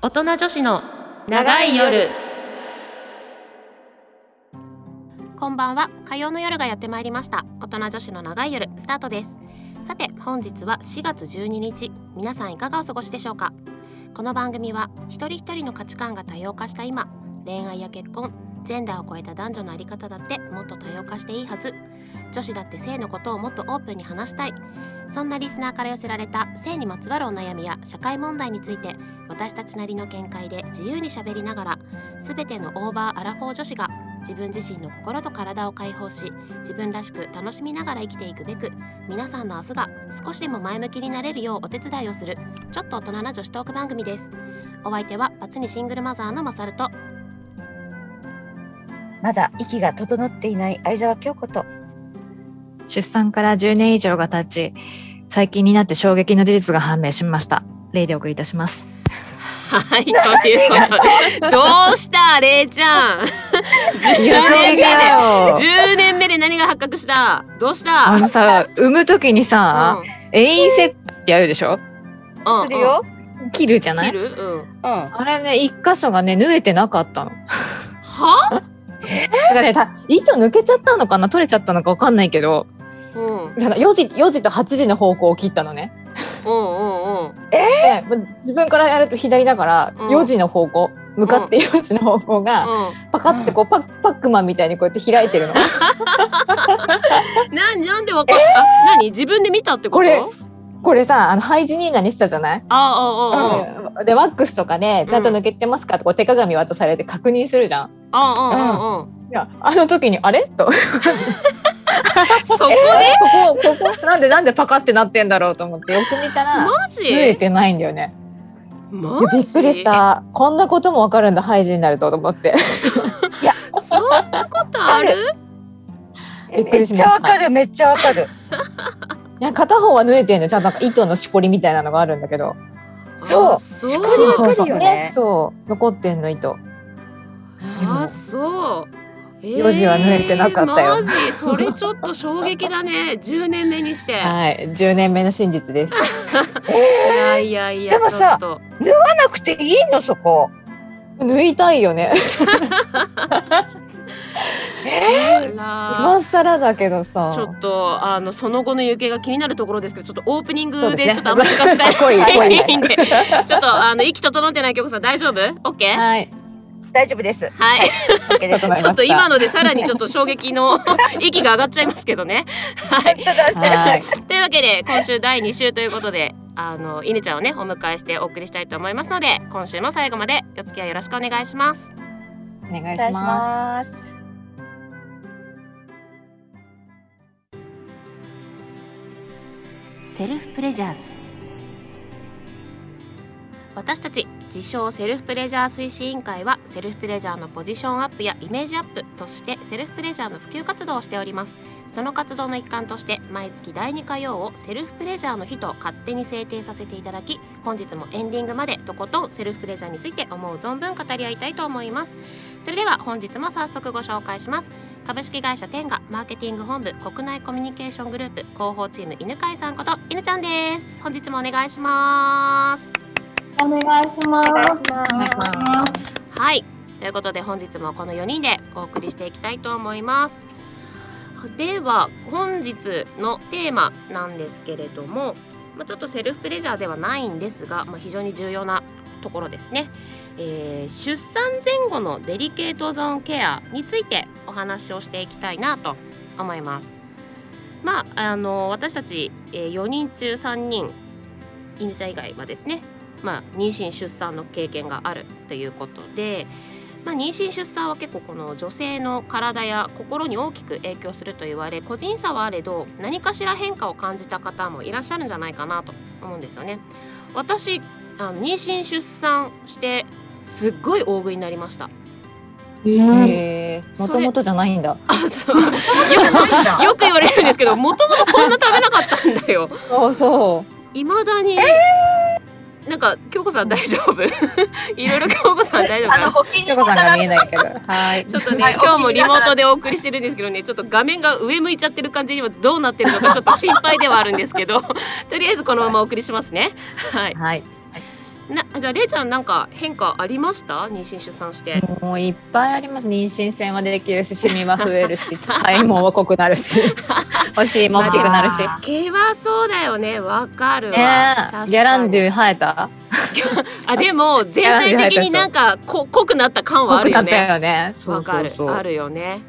大人女子の長い夜こんばんは火曜の夜がやってまいりました大人女子の長い夜スタートですさて本日は4月12日皆さんいかがお過ごしでしょうかこの番組は一人一人の価値観が多様化した今恋愛や結婚ジェンダーを超えた男女のあり方だってもっと多様化していいはず女子だって性のことをもっとオープンに話したいそんなリスナーから寄せられた性にまつわるお悩みや社会問題について私たちなりの見解で自由にしゃべりながら全てのオーバーアラフォー女子が自分自身の心と体を解放し自分らしく楽しみながら生きていくべく皆さんの明日が少しでも前向きになれるようお手伝いをするちょっと大人な女子トーク番組ですお相手はバツにシングルマザーのマサルとまだ息が整っていない相沢京子と出産から10年以上が経ち最近になって衝撃の事実が判明しました例でお送りいた しますはい、ということで、どうした、れいちゃん。10年目で、 よ10年目で何が発覚した、どうした。あのさ産む時にさうん遠位切開ってやるでしょうんするよ。切るじゃうんな切いる、うん。うん。あれね一箇所がね縫えてなかったのは。 だからねた糸抜けちゃったのかな取れちゃったのかわかんないけどうん、うん、ただ4時 ,4 時と8時の方向を切ったのねうん、うん。でま自分からやると左だからうん4時の方向向かって4時の方向がパカってこうパッパックマンみたいにこうやって開いてるのうん、なん、なんでわかった、あ、なに、自分で見たってこと。これこれさあのハイジニーナにしたじゃない、あ、あ、あ、あ、でワックスとかでちゃんと抜けてますかってこう手鏡渡されて確認するじゃん。あ、あ、あ、あ、いやあの時にあれとこそここで、 ここなんでなんでパカってなってんだろうと思ってよく見たらマ縫えジ。てないんだよね。いやマジ。びっくりし。たこんなこともわかるんだハイジになるとと思って。そんなことある。びっくめっりしまちしたゃわかる、めっちゃわかる。いや片方は縫えてんのよちゃんとなんか糸のしこりみたいなのがあるんだけど。そうあそうしこりわかるよねそうそうそう残ってんの糸。あそう。えー四時は縫えてなかったよマジそれちょっと衝撃だね。10年目にして。はい10年目の真実です。 いやいやいや。でもさちょっとわなくていいの、そこ。縫いたいよね。えあら今更だけどさ。ちょっとあのその後の行方が気になるところですけど、ちょっとオープニンそうグでですねちょっとあまり使 って濃い濃いねいんで、 ちょっとあの息整ってない京子さん大丈夫？オッケー？はい。ー大丈夫です。はい。 OK です。整えましちょっと今のでさらにちょっと衝撃の 息が上がっちゃいますけどね。はい。はい。というわけで今週第2週ということであの犬ちゃんをねお迎えしてお送りしたいと思いますので今週も最後までお付き合いよろしくお願いしますお願お願いしいしまます。セルフプレジャー私たち自称セルフプレジャー推進委員会はセルフプレジャーのポジションアップやイメージアップとしてセルフプレジャーの普及活動をしておりますその活動の一環として毎月第2火曜をセルフプレジャーの日と勝手に制定させていただき本日もエンディングまでとことんセルフプレジャーについて思う存分語り合いたいと思いますそれでは本日も早速ご紹介します株式会社テンガマーケティング本部国内コミュニケーショングループ広報チーム犬飼さんこと犬ちゃんです本日もお願いしますす。お願いしまお願いしす。はいということで本日もこの4人でお送りしていきたいと思いますでは本日のテーマなんですけれども、まあ、ちょっとセルフプレジャーではないんですが、まあ、非常に重要なところですね、えー出産前後のデリケートゾーンケアについてお話をしていきたいなと思いますまああの私たち4人中3人犬ちゃん以外はですねまあ、妊娠出産の経験があるということで、まあ、妊娠出産は結構この女性の体や心に大きく影響すると言われ個人差はあれど何かしら変化を感じた方もいらっしゃるんじゃないかなと思うんですよね。私あの妊娠出産してすっごい大食いになりました。へえ。そもれともとじゃないんだ。あそうよよく言われるん ですけどもともとこんな食べなかったんだよ。そうそう。いまだに、なんか京子さん大丈夫 いろいろ京子さん大丈夫あかなの、ご気にひょなこさんさがら見えずないけど。 はい。ちょっとね、はい今日もリモートでお送りしてるんですけどね、ちょっと画面が上向いちゃってる感じにはどうなってるのかちょっと心配ではあるんですけど、とりあえずこのままお送りしますね。はい。はい。なじゃあれいちゃんなんか変化ありました妊娠出産してもういっぱいあります妊娠線はできるしシミは増える し体毛は濃くなるしお尻も大きくなるし。あ毛はそうだよねわかるわ、ねえ、ギャランドゥ生えたあでも全体的になんかこ濃くなった感は濃あくるなよったねよね。そわうかそうるそう。あるよね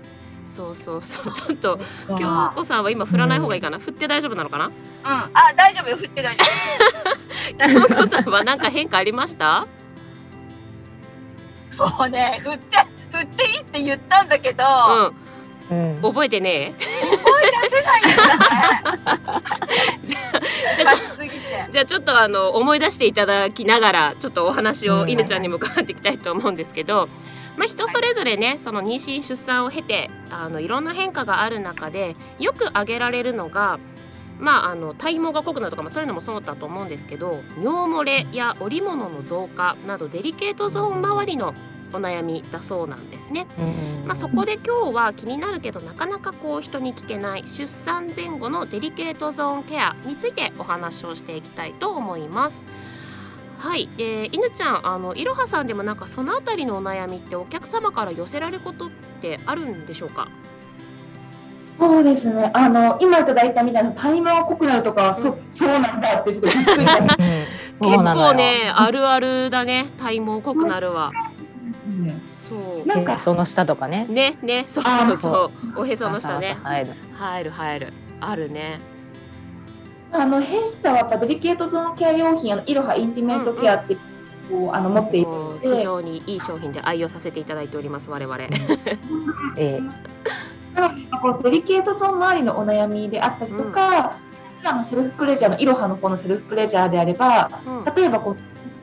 そうそうそうちょっとわあ京子さんは今振らない方がいいかな、振って大丈夫なのか なあ、大丈夫よ。振って大丈京子さんはなんか変化ありました夫。もうね、振って、振っていいって言ったんだけど、ううんん覚えてねえ出せないよね。じゃ出あしすぎて。 じゃあちょっとあの思い出していただきながらちょっとお話うをん犬ちゃんにも伺っていきたいと思うんですけど、まあ、人それぞれねその妊娠出産を経てあのいろんな変化がある中でよく挙げられるのが、まあ、あの体毛が濃くなるとか、まあ、そういうのもそうだと思うんですけど尿漏れや織物の増加などデリケートゾーン周りのお悩みだそうなんですね。まあ、そこで今日は気になるけどなかなかこう人に聞けない出産前後のデリケートゾーンケアについてお話をしていきたいと思います。はい、えー、犬ちゃんあのいろはさんでもなんかそのあたりのお悩みってお客様から寄せられることってあるんでしょうか。そうですね。あの今いただいたみたいなタイマー濃くなるとか、そそうなんだってちょっとびっくり だった。結構ねあるあるだね体毛濃くなるわ。そななんんかかその下とかね。うねねそうあそうーそうおへその下ね朝朝生える入る入るあるね。あの弊社はやっぱデリケートゾーンケア用品、あのイロハインティメートケアってこう、あの持っている。もうで非常にいい商品で愛用させていただいております我々。 ええなのでこうデリケートゾーン周りのお悩みであったりとか、こちらのセルフプレジャーのイロハの方のセルフプレジャーであれば、うん例えばこう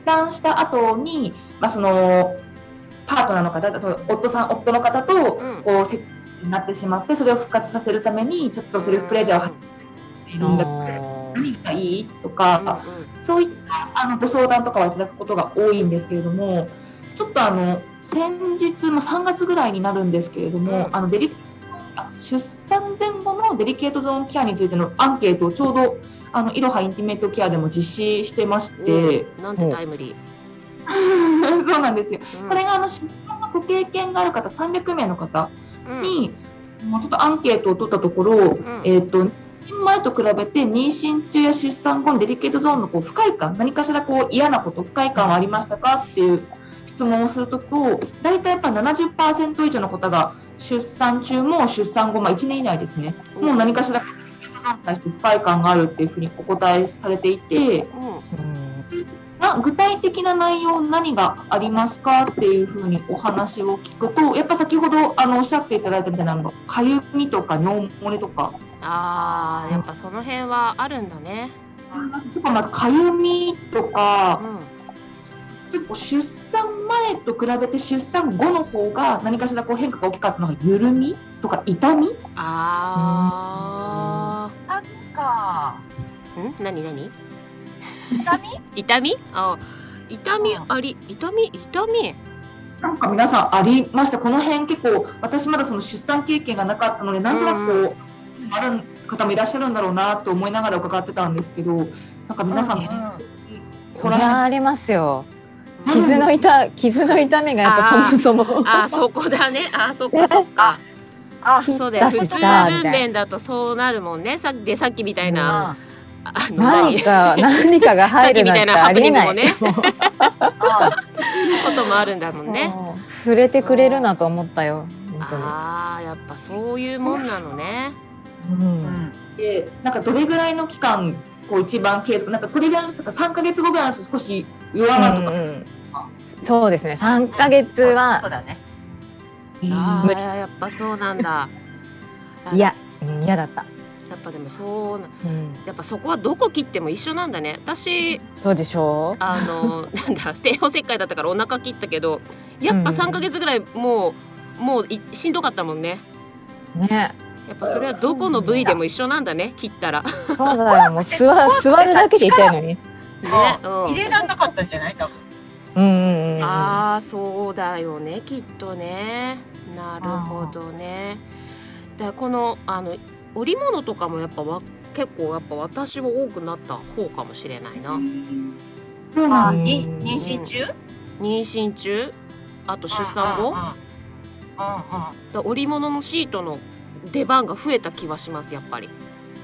出産した後に、まあ、そのパートナーの方と夫さん夫の方とうんこうセックスになってしまってそれを復活させるためにちょっとセルフプレジャーを始めるんだったら何がいいとか、うんうんそういったあのご相談とかはいただくことが多いんですけれどもちょっとあの先日、まあ、3月ぐらいになるんですけれども、うんあのデリあ出産前後のデリケートゾーンケアについてのアンケートをちょうどあのいろはインティメートケアでも実施してまして。なんてタイムリー。 そうなんですよ。うんこれがあの出産のご経験がある方300名の方うんに、もうちょっとアンケートを取ったところ、んえっ、と妊娠前と比べて妊娠中や出産後のデリケートゾーンのこう不快感何かしらこう嫌なこと不快感はありましたかっていう質問をするとこう大体やっぱ70%以上の方が出産中も出産後、まあ、1年以内ですねもう何かしらデリケートゾーンに対して不快感があるっていうふうにお答えされていて。うんな具体的な内容何がありますかっていうふうにお話を聞くとやっぱ先ほどあのおっしゃっていただいたみたいなあのかゆみとか尿漏れとかああやっぱその辺はあるんだね。とかまずかゆみとうかん結構出産前と比べて出産後の方が何かしらこう変化が大きかったのが緩みとか痛みあなんか、あ。ん何何？痛み 痛み？あ痛みあり痛み痛み。なんか皆さんありましたこの辺結構私まだその出産経験がなかったのでなんとなくこう、ある方もいらっしゃるんだろうなと思いながら伺ってたんですけどなんか皆さん、そりゃありますよ。うん傷の痛傷の痛みがやっぱそもそもあーそこだね。あーそっかそっか。あ、そうだよ。だ普し通さみ分たい娩だとそうなるもんね。さっきでさっきみたいな。あ、あのな何 何？か何かが入るなんてありえない。さっきもうあ、こともあるんだもんね。もう触れてくれるなと思ったよ。本ああやっぱそういうもんなのね。当に。ううんん。でなんかどれぐらいの期間こう一番ケースなんかこれぐらいのなんか3か月後ぐらいのと少し弱まるとか、うんうんそうですね。三ヶ月そうはだね。あ無あやっぱそうなんだ。 いやうん嫌だった。やっぱでもそうなうんやっぱそこはどこ切っても一緒なんだね私そうでしょう。あの なんだステレオ切開だったからお腹切ったけどやっぱうん3ヶ月ぐらいもう、もういしんどかったもんねね、やっぱそれはどこの部位でも一緒なんだね切ったらね、そうだよ。もう座座るだけで痛いのに。うん入れられなかったんじゃない多分。うんうんうん。ああそうだよねきっとねなるほどねだこのあの織物とかもやっぱわ結構やっぱ私は多くなった方かもしれないな、うんそうあなーんです。に妊娠中妊娠中あと出産後うんうんうんうんうんだ織物のシートの出番が増えた気はしますやっぱり。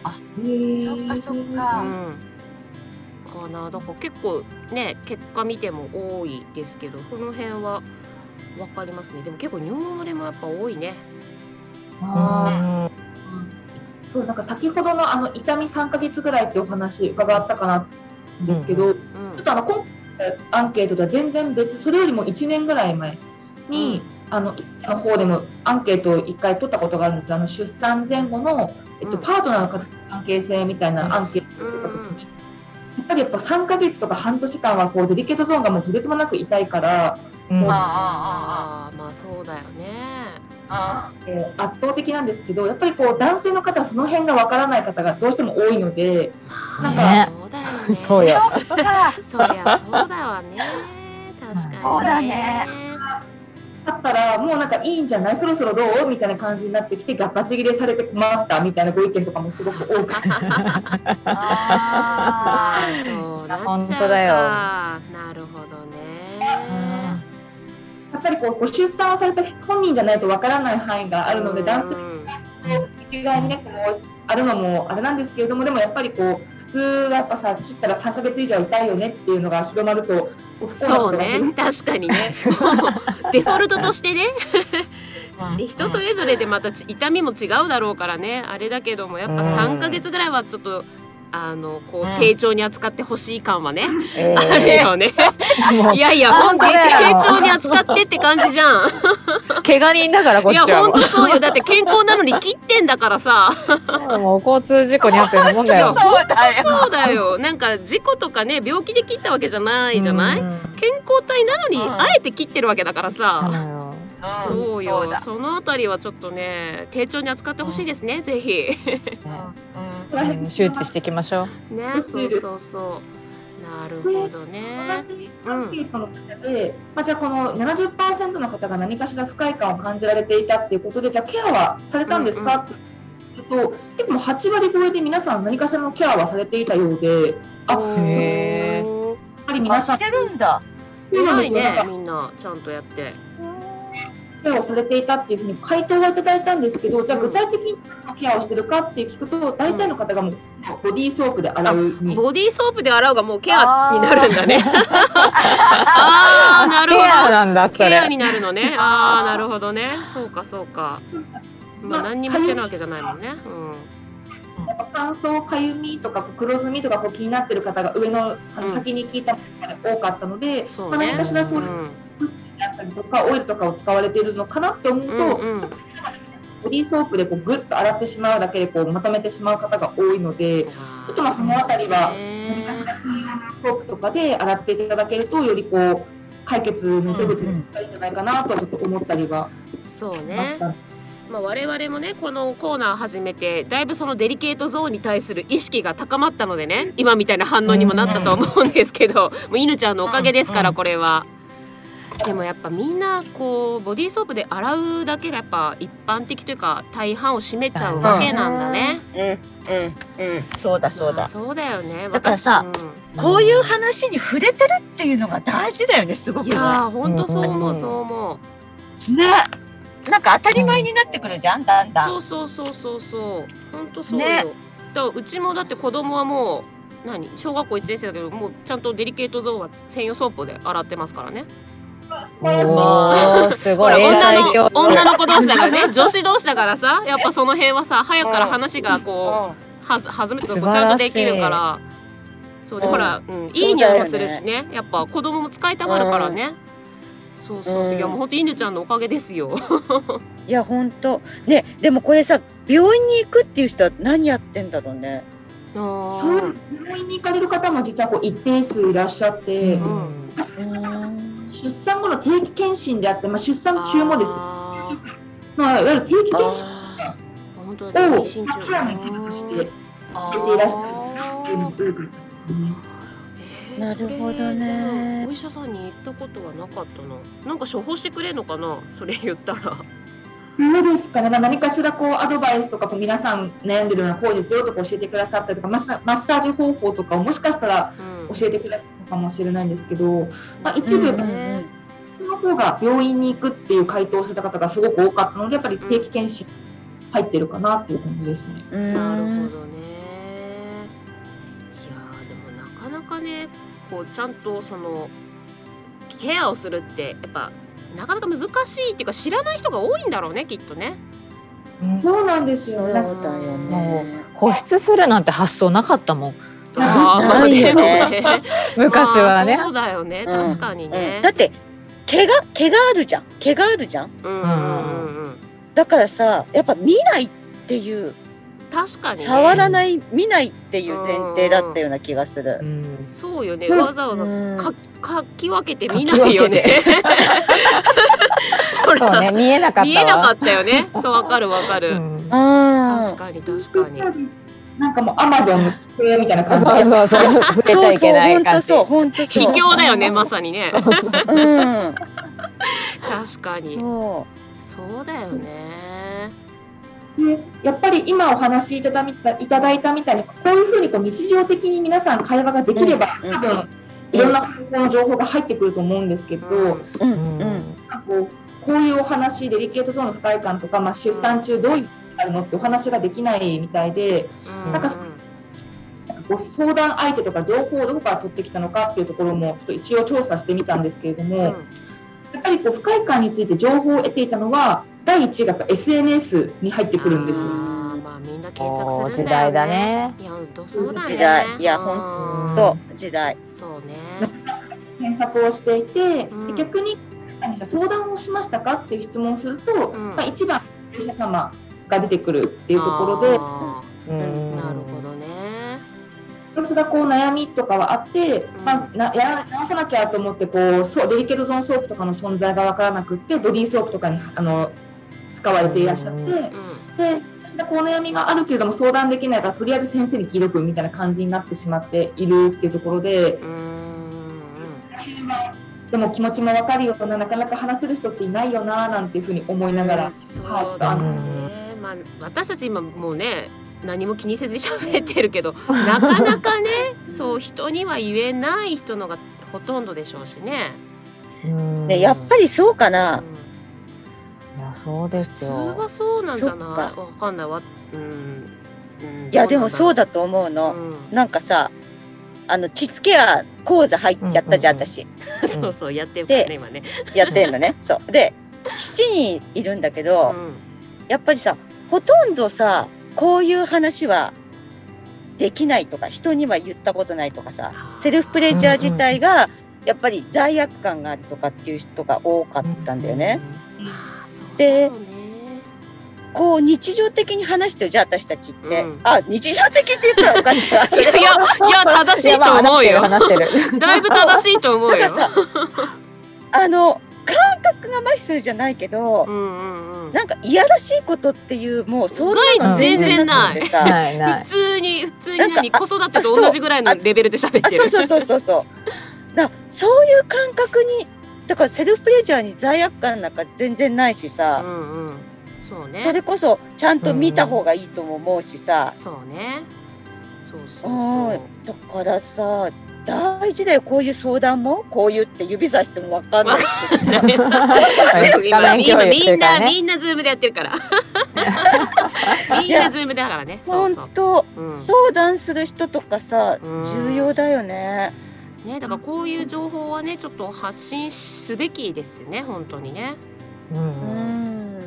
そっかそっうかん、かなだから結構ね結果見ても多いですけどこの辺は分かりますねでも結構尿漏れもやっぱ多いね。あーうんそうなんか先ほどのあの痛み3ヶ月ぐらいってお話伺ったかなんですけど、ちうょっんとあの今回のアンケートとは全然別それよりも1年ぐらい前に、あのの方でもアンケートを1回取ったことがあるんですあの出産前後の、えっとうんパートナーの方の関係性みたいなアンケートを取った時に、やっぱりやっぱ3ヶ月とか半年間はこうデリケートゾーンがもうとてつもなく痛いから、うんまああーまあそうだよね。あえー圧倒的なんですけどやっぱりこう男性の方はその辺がわからない方がどうしても多いので。まねあそうだよね。そうよ。ーそっかそりゃそうだわね。確かに、ね。そうだねだったらもうなんかいいんじゃないそろそろどうみたいな感じになってきてガバチ切れされて困ったみたいなご意見とかもすごく多くてああーそうなっちゃうか。本当だよなるほどね。やっぱりこうご出産をされた本人じゃないとわからない範囲があるので男性うん一概にねこうあるのもあれなんですけれどもでもやっぱりこう普通はやっぱさ切ったら3ヶ月以上痛いよねっていうのが広まるとこう不幸そなことうがね確かにねデフォルトとしてねうんで人それぞれでまたち痛みも違うだろうからねあれだけどもやっぱうん3ヶ月ぐらいはちょっとあのこううん丁重に扱ってほしい感はね、えあるーよねもういやいや本本当当にだよ丁重に扱ってって感じじゃん怪我人だからこいっやちは本も当そうよだって健康なのに切ってんだからさうもう交通事故に遭ってるようなも んだよ。そうだよそうだよなんか事故とかね病気で切ったわけじゃないじゃない、うん健康体なのにうんあえて切ってるわけだからさ、なのようんそうよそうだそのあたりはちょっとね丁重に扱ってほしいですね、ぜ ひううん周知していきましょう。ねそうそうそうなるほどね同じアンケートの中で、まあ、じゃあこの70%の方が何かしら不快感を感じられていたっていうことでじゃあケアはされたんですか、って言うと結構もう8割超えで皆さん何かしらのケアはされていたようでやっあおーへぱりあ皆さしんてるんだそうなん偉でいすよなんねかみんなちゃんとやってケアをされていたっていうふうに回答はいただいたんですけどじゃあうん具体的に何のケアをしてるかって聞くと大体の方がもうボディーソープで洗うに。ボディーソープで洗うがもうケアになるんだね あーなる ケアほなんだどそケアれ。になるのねあーなるほどねそうかそうかまあ何にもしてないわけじゃないもんねうんやっぱ乾燥かゆみとかこう黒ずみとかこう気になってる方が上のあのうん先に聞いた方が多かったので、そうまあ、ね何かしらうそうですんだったりとかオイルとかを使われているのかなって思うと、うんうんボディーソープでこうグッと洗ってしまうだけでこうまとめてしまう方が多いのでちょっとまあそのあたりは何ねかしら専用のソープとかで洗っていただけるとよりこう解決の手口に使えるんじゃないかなとはちょっと思ったりはそうあねったんでまあ、我々もねこのコーナー始めてだいぶそのデリケートゾーンに対する意識が高まったのでね今みたいな反応にもなったと思うんですけど、もう犬ちゃんのおかげですから、うんこれは。でもやっぱみんなこうボディーソープで洗うだけがやっぱ一般的というか大半を占めちゃうわけなんだね。うんうんうんそうだそうまあだそうだよね。だからさうこういう話に触れてるっていうのが大事だよねすごんくいねやーほんとそう思ううんそう思う。ねなんか当たり前になってくるじゃんだんだんそうそうそうそうそう。本当そうよ。ねだからうちもだって子供はもう何小学校一年生だけどもうちゃんとデリケートゾーンは専用ソープで洗ってますからね。すおごいですねーすほごらい英女才教の育。女の子同士だからね女子同士だからさやっぱその辺はさ早くから話がこうんうはず弾めて素晴こうらしいちゃんとできるから。そうでうんほら、うん、そいうだいよね匂いもするしねやっぱ子供も使いたがるからね。そうそうそう、うんいやもうほんと犬ちゃんのおかげです よ。いや本当ねでもこれさ病院に行くっていう人は何やってんだろうね。そそう病院に行かれる方も実はこう一定数いらっしゃって、ん出産後の定期検診であって、まあ、出産中もですよ、まあ、いわゆる定期検診本当だ妊娠を中ケアの一部としてやってあいらっしゃるのが多いですね。ーなるほどそれでねもお医者さんに行ったことはなかったななんか処方してくれんのかなそれ言ったらどうですかね、まあ、何かしらこうアドバイスとかこう皆さん悩んでるようなこうですよとか教えてくださったりとかマッサマッサージ方法とかをもしかしたらうん教えてくださったかもしれないんですけど、まあ、一部、うんうんの方が病院に行くっていう回答をされた方がすごく多かったのでやっぱり定期検診入ってるかなっていう感じですね。うんなるほどね。いやーでもなかなかねこうちゃんとそのケアをするってやっぱなかなか難しいっていうか知らない人が多いんだろうねきっと ね。うんそうなんですそうよ。だなんかよもね。保湿するなんて発想なかったもんあーまあないよねでもね昔はねまあ、そうだよねうん確かにうねん。だって毛が毛があるじゃん毛があるじゃんうんうんうんうんだからさやっぱ見ないっていう確かにね。触らない見ないっていう前提だったような気がするう。んそうよねうんわざわざうんかかき分けて見ないよね。ほそうらね見えなかったわ見えなかったよね。そうわかるわかる。うんあー確かに確かに。なんかもうアマゾンの机みたいなそ感じで。うそうそう触れちゃいけない感じそうそう本当そう卑本当そう。怯だよねまさにね。うん。確かに。そそうだよね。でやっぱり今お話しいただみたいただいたみたいにこういうふうにこう日常的に皆さん会話ができれば、うん多うん分いろんな方法の情報が入ってくると思うんですけど、う。ううんんうん。なんかこうこういうお話デリケートゾーンの不快感とか、まあ、出産中どういうことがあるのってお話ができないみたいでななんかなんかこう相談相手とか情報をどこから取ってきたのかっていうところもちょっと一応調査してみたんですけれども、やっぱりこう不快感について情報を得ていたのは第一位がやっぱ SNS に入ってくるんですよ。まあみんな検索するんだよね。時代だ。ねいや本当そうだね。時代いやほうんと時代。うんそうね。検索をしていて、うん逆に相談をしましたかっていう質問をすると、んまあ、一番お医者様が出てくるっていうところであうーんなるほどね。私がこう悩みとかはあって、んまあ、なやら直さなきゃと思ってこうそうデリケートゾーンソープとかの存在が分からなくってボディーソープとかにあの使われていらっしゃって、うんでう私がこう悩みがあるけれども相談できないからとりあえず先生に聞いとくみたいな感じになってしまっているっていうところでん。うーん。でも気持ちも分かるようななかなか話せる人っていないよななんていうふうに思いながら。そうだね。まあ私たち今もうね何も気にせずに喋ってるけど、 なかなかねそう人には言えない人のがほとんどでしょうしね。うんねやっぱりそうかな。うんいやそうで普す通よはそうなんじゃない？そっわかんないわ。うん。うんいやでもそう。だと思うどの。うなんだなんかさあの膣ケア講座入っやったじゃん、うんうんうん私ろううんそうそうやってるからねで今ね。やってんのねそうで7人いるんだけうど、んやっぱりさほとんどさこういう話はできないとか人には言ったことないとかさセルフプレジャー自体がやっぱり罪悪感があるとかっていう人が多かったんだよね。あーそうだでろうねこう日常的に話してるじゃあ私たちって、うんあ日常的って言ったらおかしいわそれいやいや正しいと思ういやよ。まあ話してる話してるだいぶ正しいと思うよ。なんかさあの感覚が麻痺するじゃないけど、うんうんうん。なんかいやらしいことっていうもうそんなの害全然ないくてさないな普い通に普通になんか何あ子育てと同じぐらいのレベルで喋っあてるそうそうそうそうそう だからそういう感覚にだからセルフプレジャーに罪悪感なんか全然ないしうさ、んうんそうねそれこそちゃんと見た方がいいとも思うしさ、そうねそうそううんそうだからさ大事だよこういう相談もこういうって指さしても分かんない今画面みん共な有ってみいうんなかねみんなズームでやってるからみんなズームだからねそうそう本当うん相談する人とかさ、うん重要だよね。ねだからこういう情報はねちょっと発信すべきですね本当にねううんん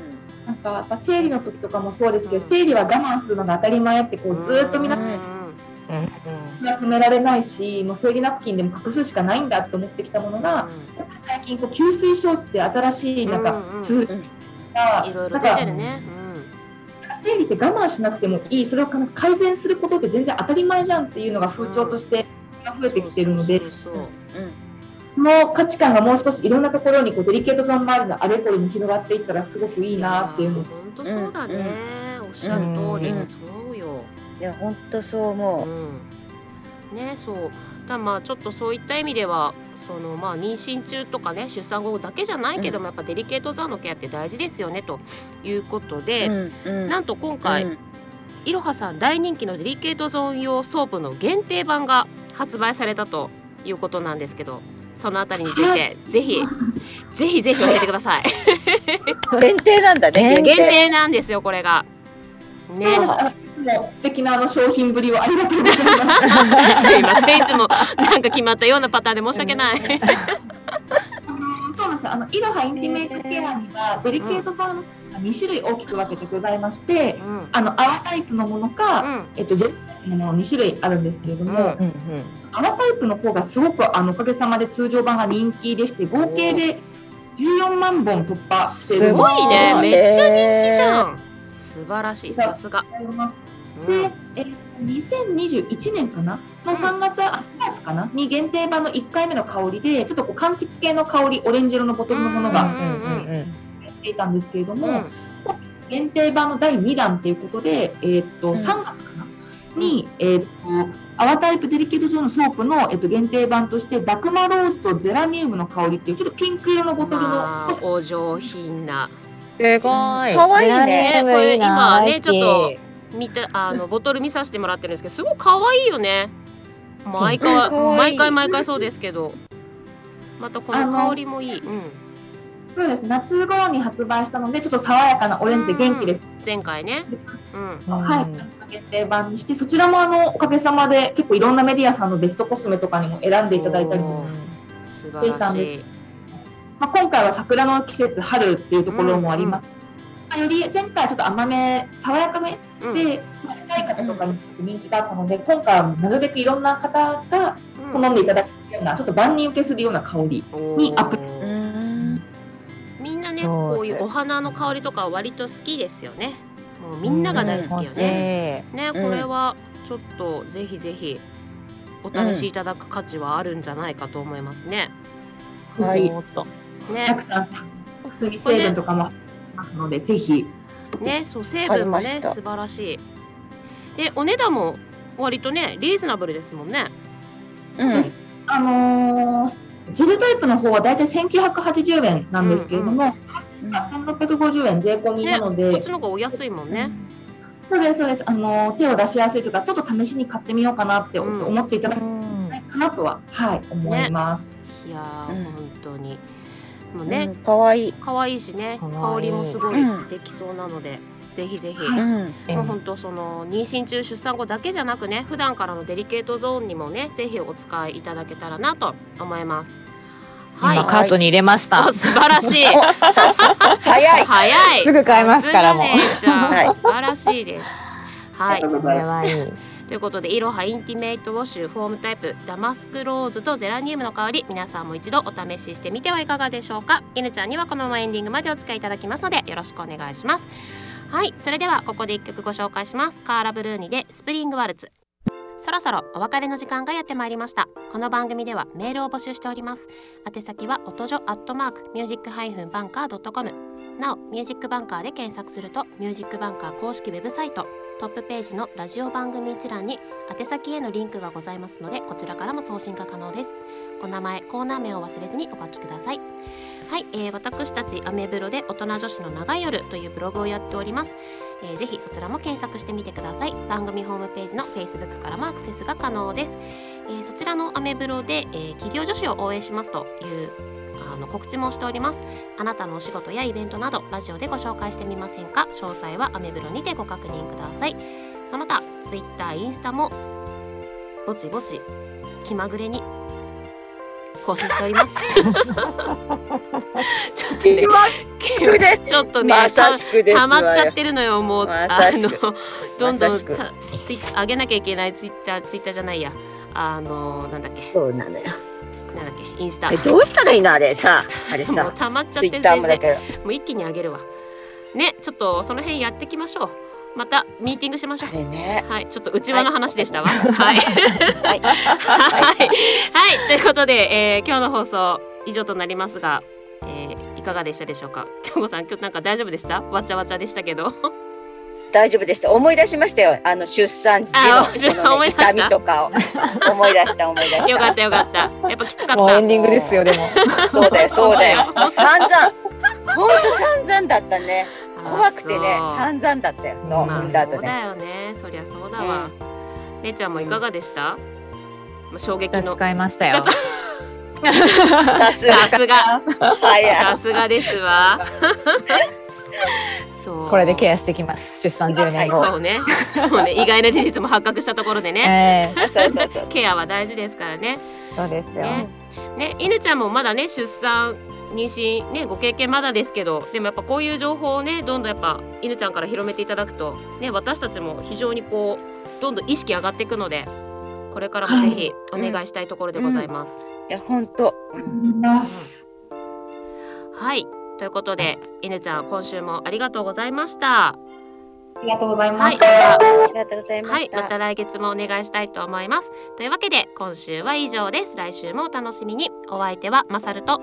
なんかやっぱ生理の時とかもそうですけど、うん生理は我慢するのが当たり前ってこうずーっと皆さんううんが止められないしもう生理ナプキンでも隠すしかないんだって思ってきたものが、んやっぱり最近こう吸水ショーツって新しいなんかうんうんツールが、いろいろなん出かてるね生理って我慢しなくてもいいそれを改善することって全然当たり前じゃんっていうのが風潮として増うえんてきてるのでそうそうそうこの価値観がもう少しいろんなところにこうデリケートゾーン周りのあれこれに広がっていったらすごくいいなっていうのを本当そうだね、おっしゃる通り、うんそうよ、いや本当そうう思ん、ねそうだまあちょっとそういった意味ではそのまあ妊娠中とかね出産後だけじゃないけども、やっぱデリケートゾーンのケアって大事ですよねということう。で、うんうんなんと今回、うんいろはさん大人気のデリケートゾーン用ソープの限定版が発売されたということなんですけどそのあたりについてぜひぜひぜひ教えてください限定なんだね。限定なんですよこれがねそうですあもう素敵なあの商品ぶりをありがとうございます。 すいませんいつもなんか決まったようなパターンで申し訳ないあのそうなんですよあのイロハインティメイクケアにはデリケートゾーンの2種類大きく分けてございまして、うんあの泡タイプのものか、うんえっと、ジェルタイプのもの2種類あるんですけれども、うんうんうん。泡タイプの方がすごくあのおかげさまで通常版が人気でして合計で14万本突破しているすんでごいねあーめっちゃ人気じゃん素晴らしいさすがうでん、えっと2021年かなの3月、あ2月かなに限定版の1回目の香りでちょっとこう柑橘系の香りオレンジ色のボトルのものうがんうんうんしていたんですけれども、うん限定版の第2弾ということで、えーっとう3ん月かなに、えーっと泡タイプデリケートゾーンのソープの、えーっと限定版としてダクマローズとゼラニウムの香りっていうちょっとピンク色のボトルのま少あしお上品なすごい。かわいいねねこれ今ねちょっ見たあのボトル見させてもらってるんですけどすごい可愛いよね毎回可愛い毎回毎回そうですけどまたこの香りもいい、うん、そうです夏頃に発売したのでちょっと爽やかなオレンジで元気で、前回ねうんとはい夏の限定版にしてそちらもあのおかげさまで結構いろんなメディアさんのベストコスメとかにも選んでいただいたりおも、ー素晴らしいまあ、今回は桜の季節春っていうところもあります、まあより前回はちょっと甘め爽やかめうんで、まあ、若い方とかにすごく人気があったので、今回はなるべくいろんな方がうん好んでいただけるような、ちょっと万人受けするような香り。にアップおうーん。みんなねそうこういうお花の香りとかは割と好きですよねもうみんなが大好きよね、ねね。こうんれはちょっとぜひぜひお試しいただく価値はあるんじゃないかと思いますね、ははいい。もっとたねくさんさ、お薬成分とかもありますので、ぜひ。ねそう成分もわかりまねした素晴らしいでお値段も割とねリーズナブルですもんねうん。あのージェルタイプの方はだいたい1980円なんですけれども、1650円税込みなので、こっちの方がお安いもんね、そうですそうです。あのー手を出しやすいとか、ちょっと試しに買ってみようかなってうん思っていただきうんたいかなとは、はい、思います。いやー、うん本当にもうねね、可愛い。可愛いしね可愛い香りもすごいうん素敵そうなので、ぜひぜひ、はうん。もう本当その妊娠中出産後だけじゃなくね普段からのデリケートゾーンにもねぜひお使いいただけたらなと思いますはい今カートに入れましたお。素晴ら しいお、さす。早 い。早いすぐ買えますからもさうすがは 姉ちゃんい素晴らしいですはいありがとうごこざいれます。はいい。ということでイロハインティメイトウォッシュフォームタイプダマスクローズとゼラニウムの香り皆さんも一度お試ししてみてはいかがでしょうか犬ちゃんにはこのままエンディングまでお付き合いいただきますのでよろしくお願いしますはいそれではここで一曲ご紹介しますカーラブルーニでスプリングワルツそろそろお別れの時間がやってまいりましたこの番組ではメールを募集しております宛先は音女アットマークミュージックハイフンバンカー .com なおミュージックバンカーで検索するとミュージックバンカー公式ウェブサイトトップページのラジオ番組一覧に宛先へのリンクがございますのでこちらからも送信が可能ですお名前コーナー名を忘れずにお書きくださいはい、えー私たちアメブロで大人女子の長い夜というブログをやっております、えーぜひそちらも検索してみてください番組ホームページの Facebook からもアクセスが可能です、えーそちらのアメブロで、えー企業女子を応援しますというあの告知もしておりますあなたのお仕事やイベントなどラジオでご紹介してみませんか詳細はアメブロにてご確認くださいその他ツイッターインスタもぼちぼち気まぐれに更新しており ますちょっとねちょっとねまさしくです溜わよ。まっちゃってるのよもう、まあさしのくどんどんたまさしくツイ上げなきゃいけないツイッターツイッターじゃないやあのなんだっけそうなのよ。なんだっけインスタえどうしたらいいのあれさ、あれもうさ、溜まっちゃっツてイるッターもだ全然けど。もう一気に上げるわねちょっとその辺やってきましょうまたミーティングしましょあうれね。はい、ちょっと内輪の話でしたわ。はい、はい。はい、はい、ということで、えー今日の放送以上となりますが、えーいかがでしたでしょうか。京子さん、今日なんか大丈夫でした？わちゃわちゃでしたけ ど。大丈夫でした。思い出しましたよ。あの出産時あのおそ 思の、いね、出した痛みとかを思い出した思い出した。よかったよかった。やっぱきつかっもうエンた。ディングですよでも。 そうだよそうだよ。散々。本当散々だっ たね。怖くてねあそう散々だったよ。そう。まあ産んだそ後うね。だよね。そりゃそうだわ。れいちゃんもいかがでした？まあ衝撃二つの買いましたよ。さすが さすが早さいすがですわそうこれでケアしてきます。出産10年後。そうねそうね意外な事実も発覚したところでねええそうそうそう ケアは大事ですからねそうですよ。ねね犬ちゃんもまだね出産妊娠ねご経験まだですけどでもやっぱこういう情報をねどんどんやっぱ犬ちゃんから広めていただくとね私たちも非常にこうどんどん意識上がっていくのでこれからもぜひお願いしたいところでございます。いや本当います。はいということで犬ちゃん今週もありがとうございました。ありがとうございまはいました。たありがとうございまはしい、た、また来月もお願いしたいと思います。というわけで今週は以上です。来週もお楽しみに。お相手はマサルと。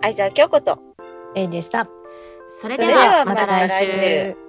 はいじゃあ今日ことえいでした。それでそれでははまたまた来来週週。